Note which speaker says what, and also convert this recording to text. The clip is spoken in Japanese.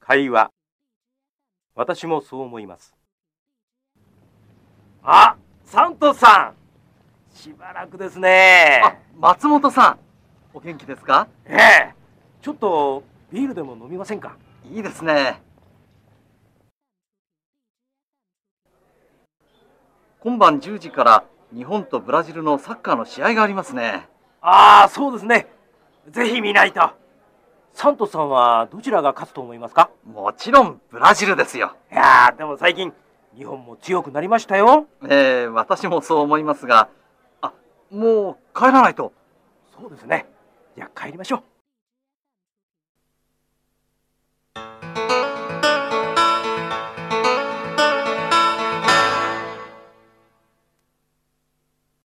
Speaker 1: 会話私もそう思いますあサントさんしばらくですね
Speaker 2: あ、松本さん、お元気ですか
Speaker 1: ええちょっとビールでも飲みませんか
Speaker 2: いいですね。今晩10時から日本とブラジルのサッカーの試合がありますね。
Speaker 1: ああそうですねぜひ見ないとサントさんはどちらが勝つと思いますか
Speaker 2: もちろんブラジルですよ。
Speaker 1: いやーでも最近日本も強くなりましたよ
Speaker 2: えー、私もそう思いますが、あ、もう帰らないと。
Speaker 1: そうですねじゃあ帰りましょう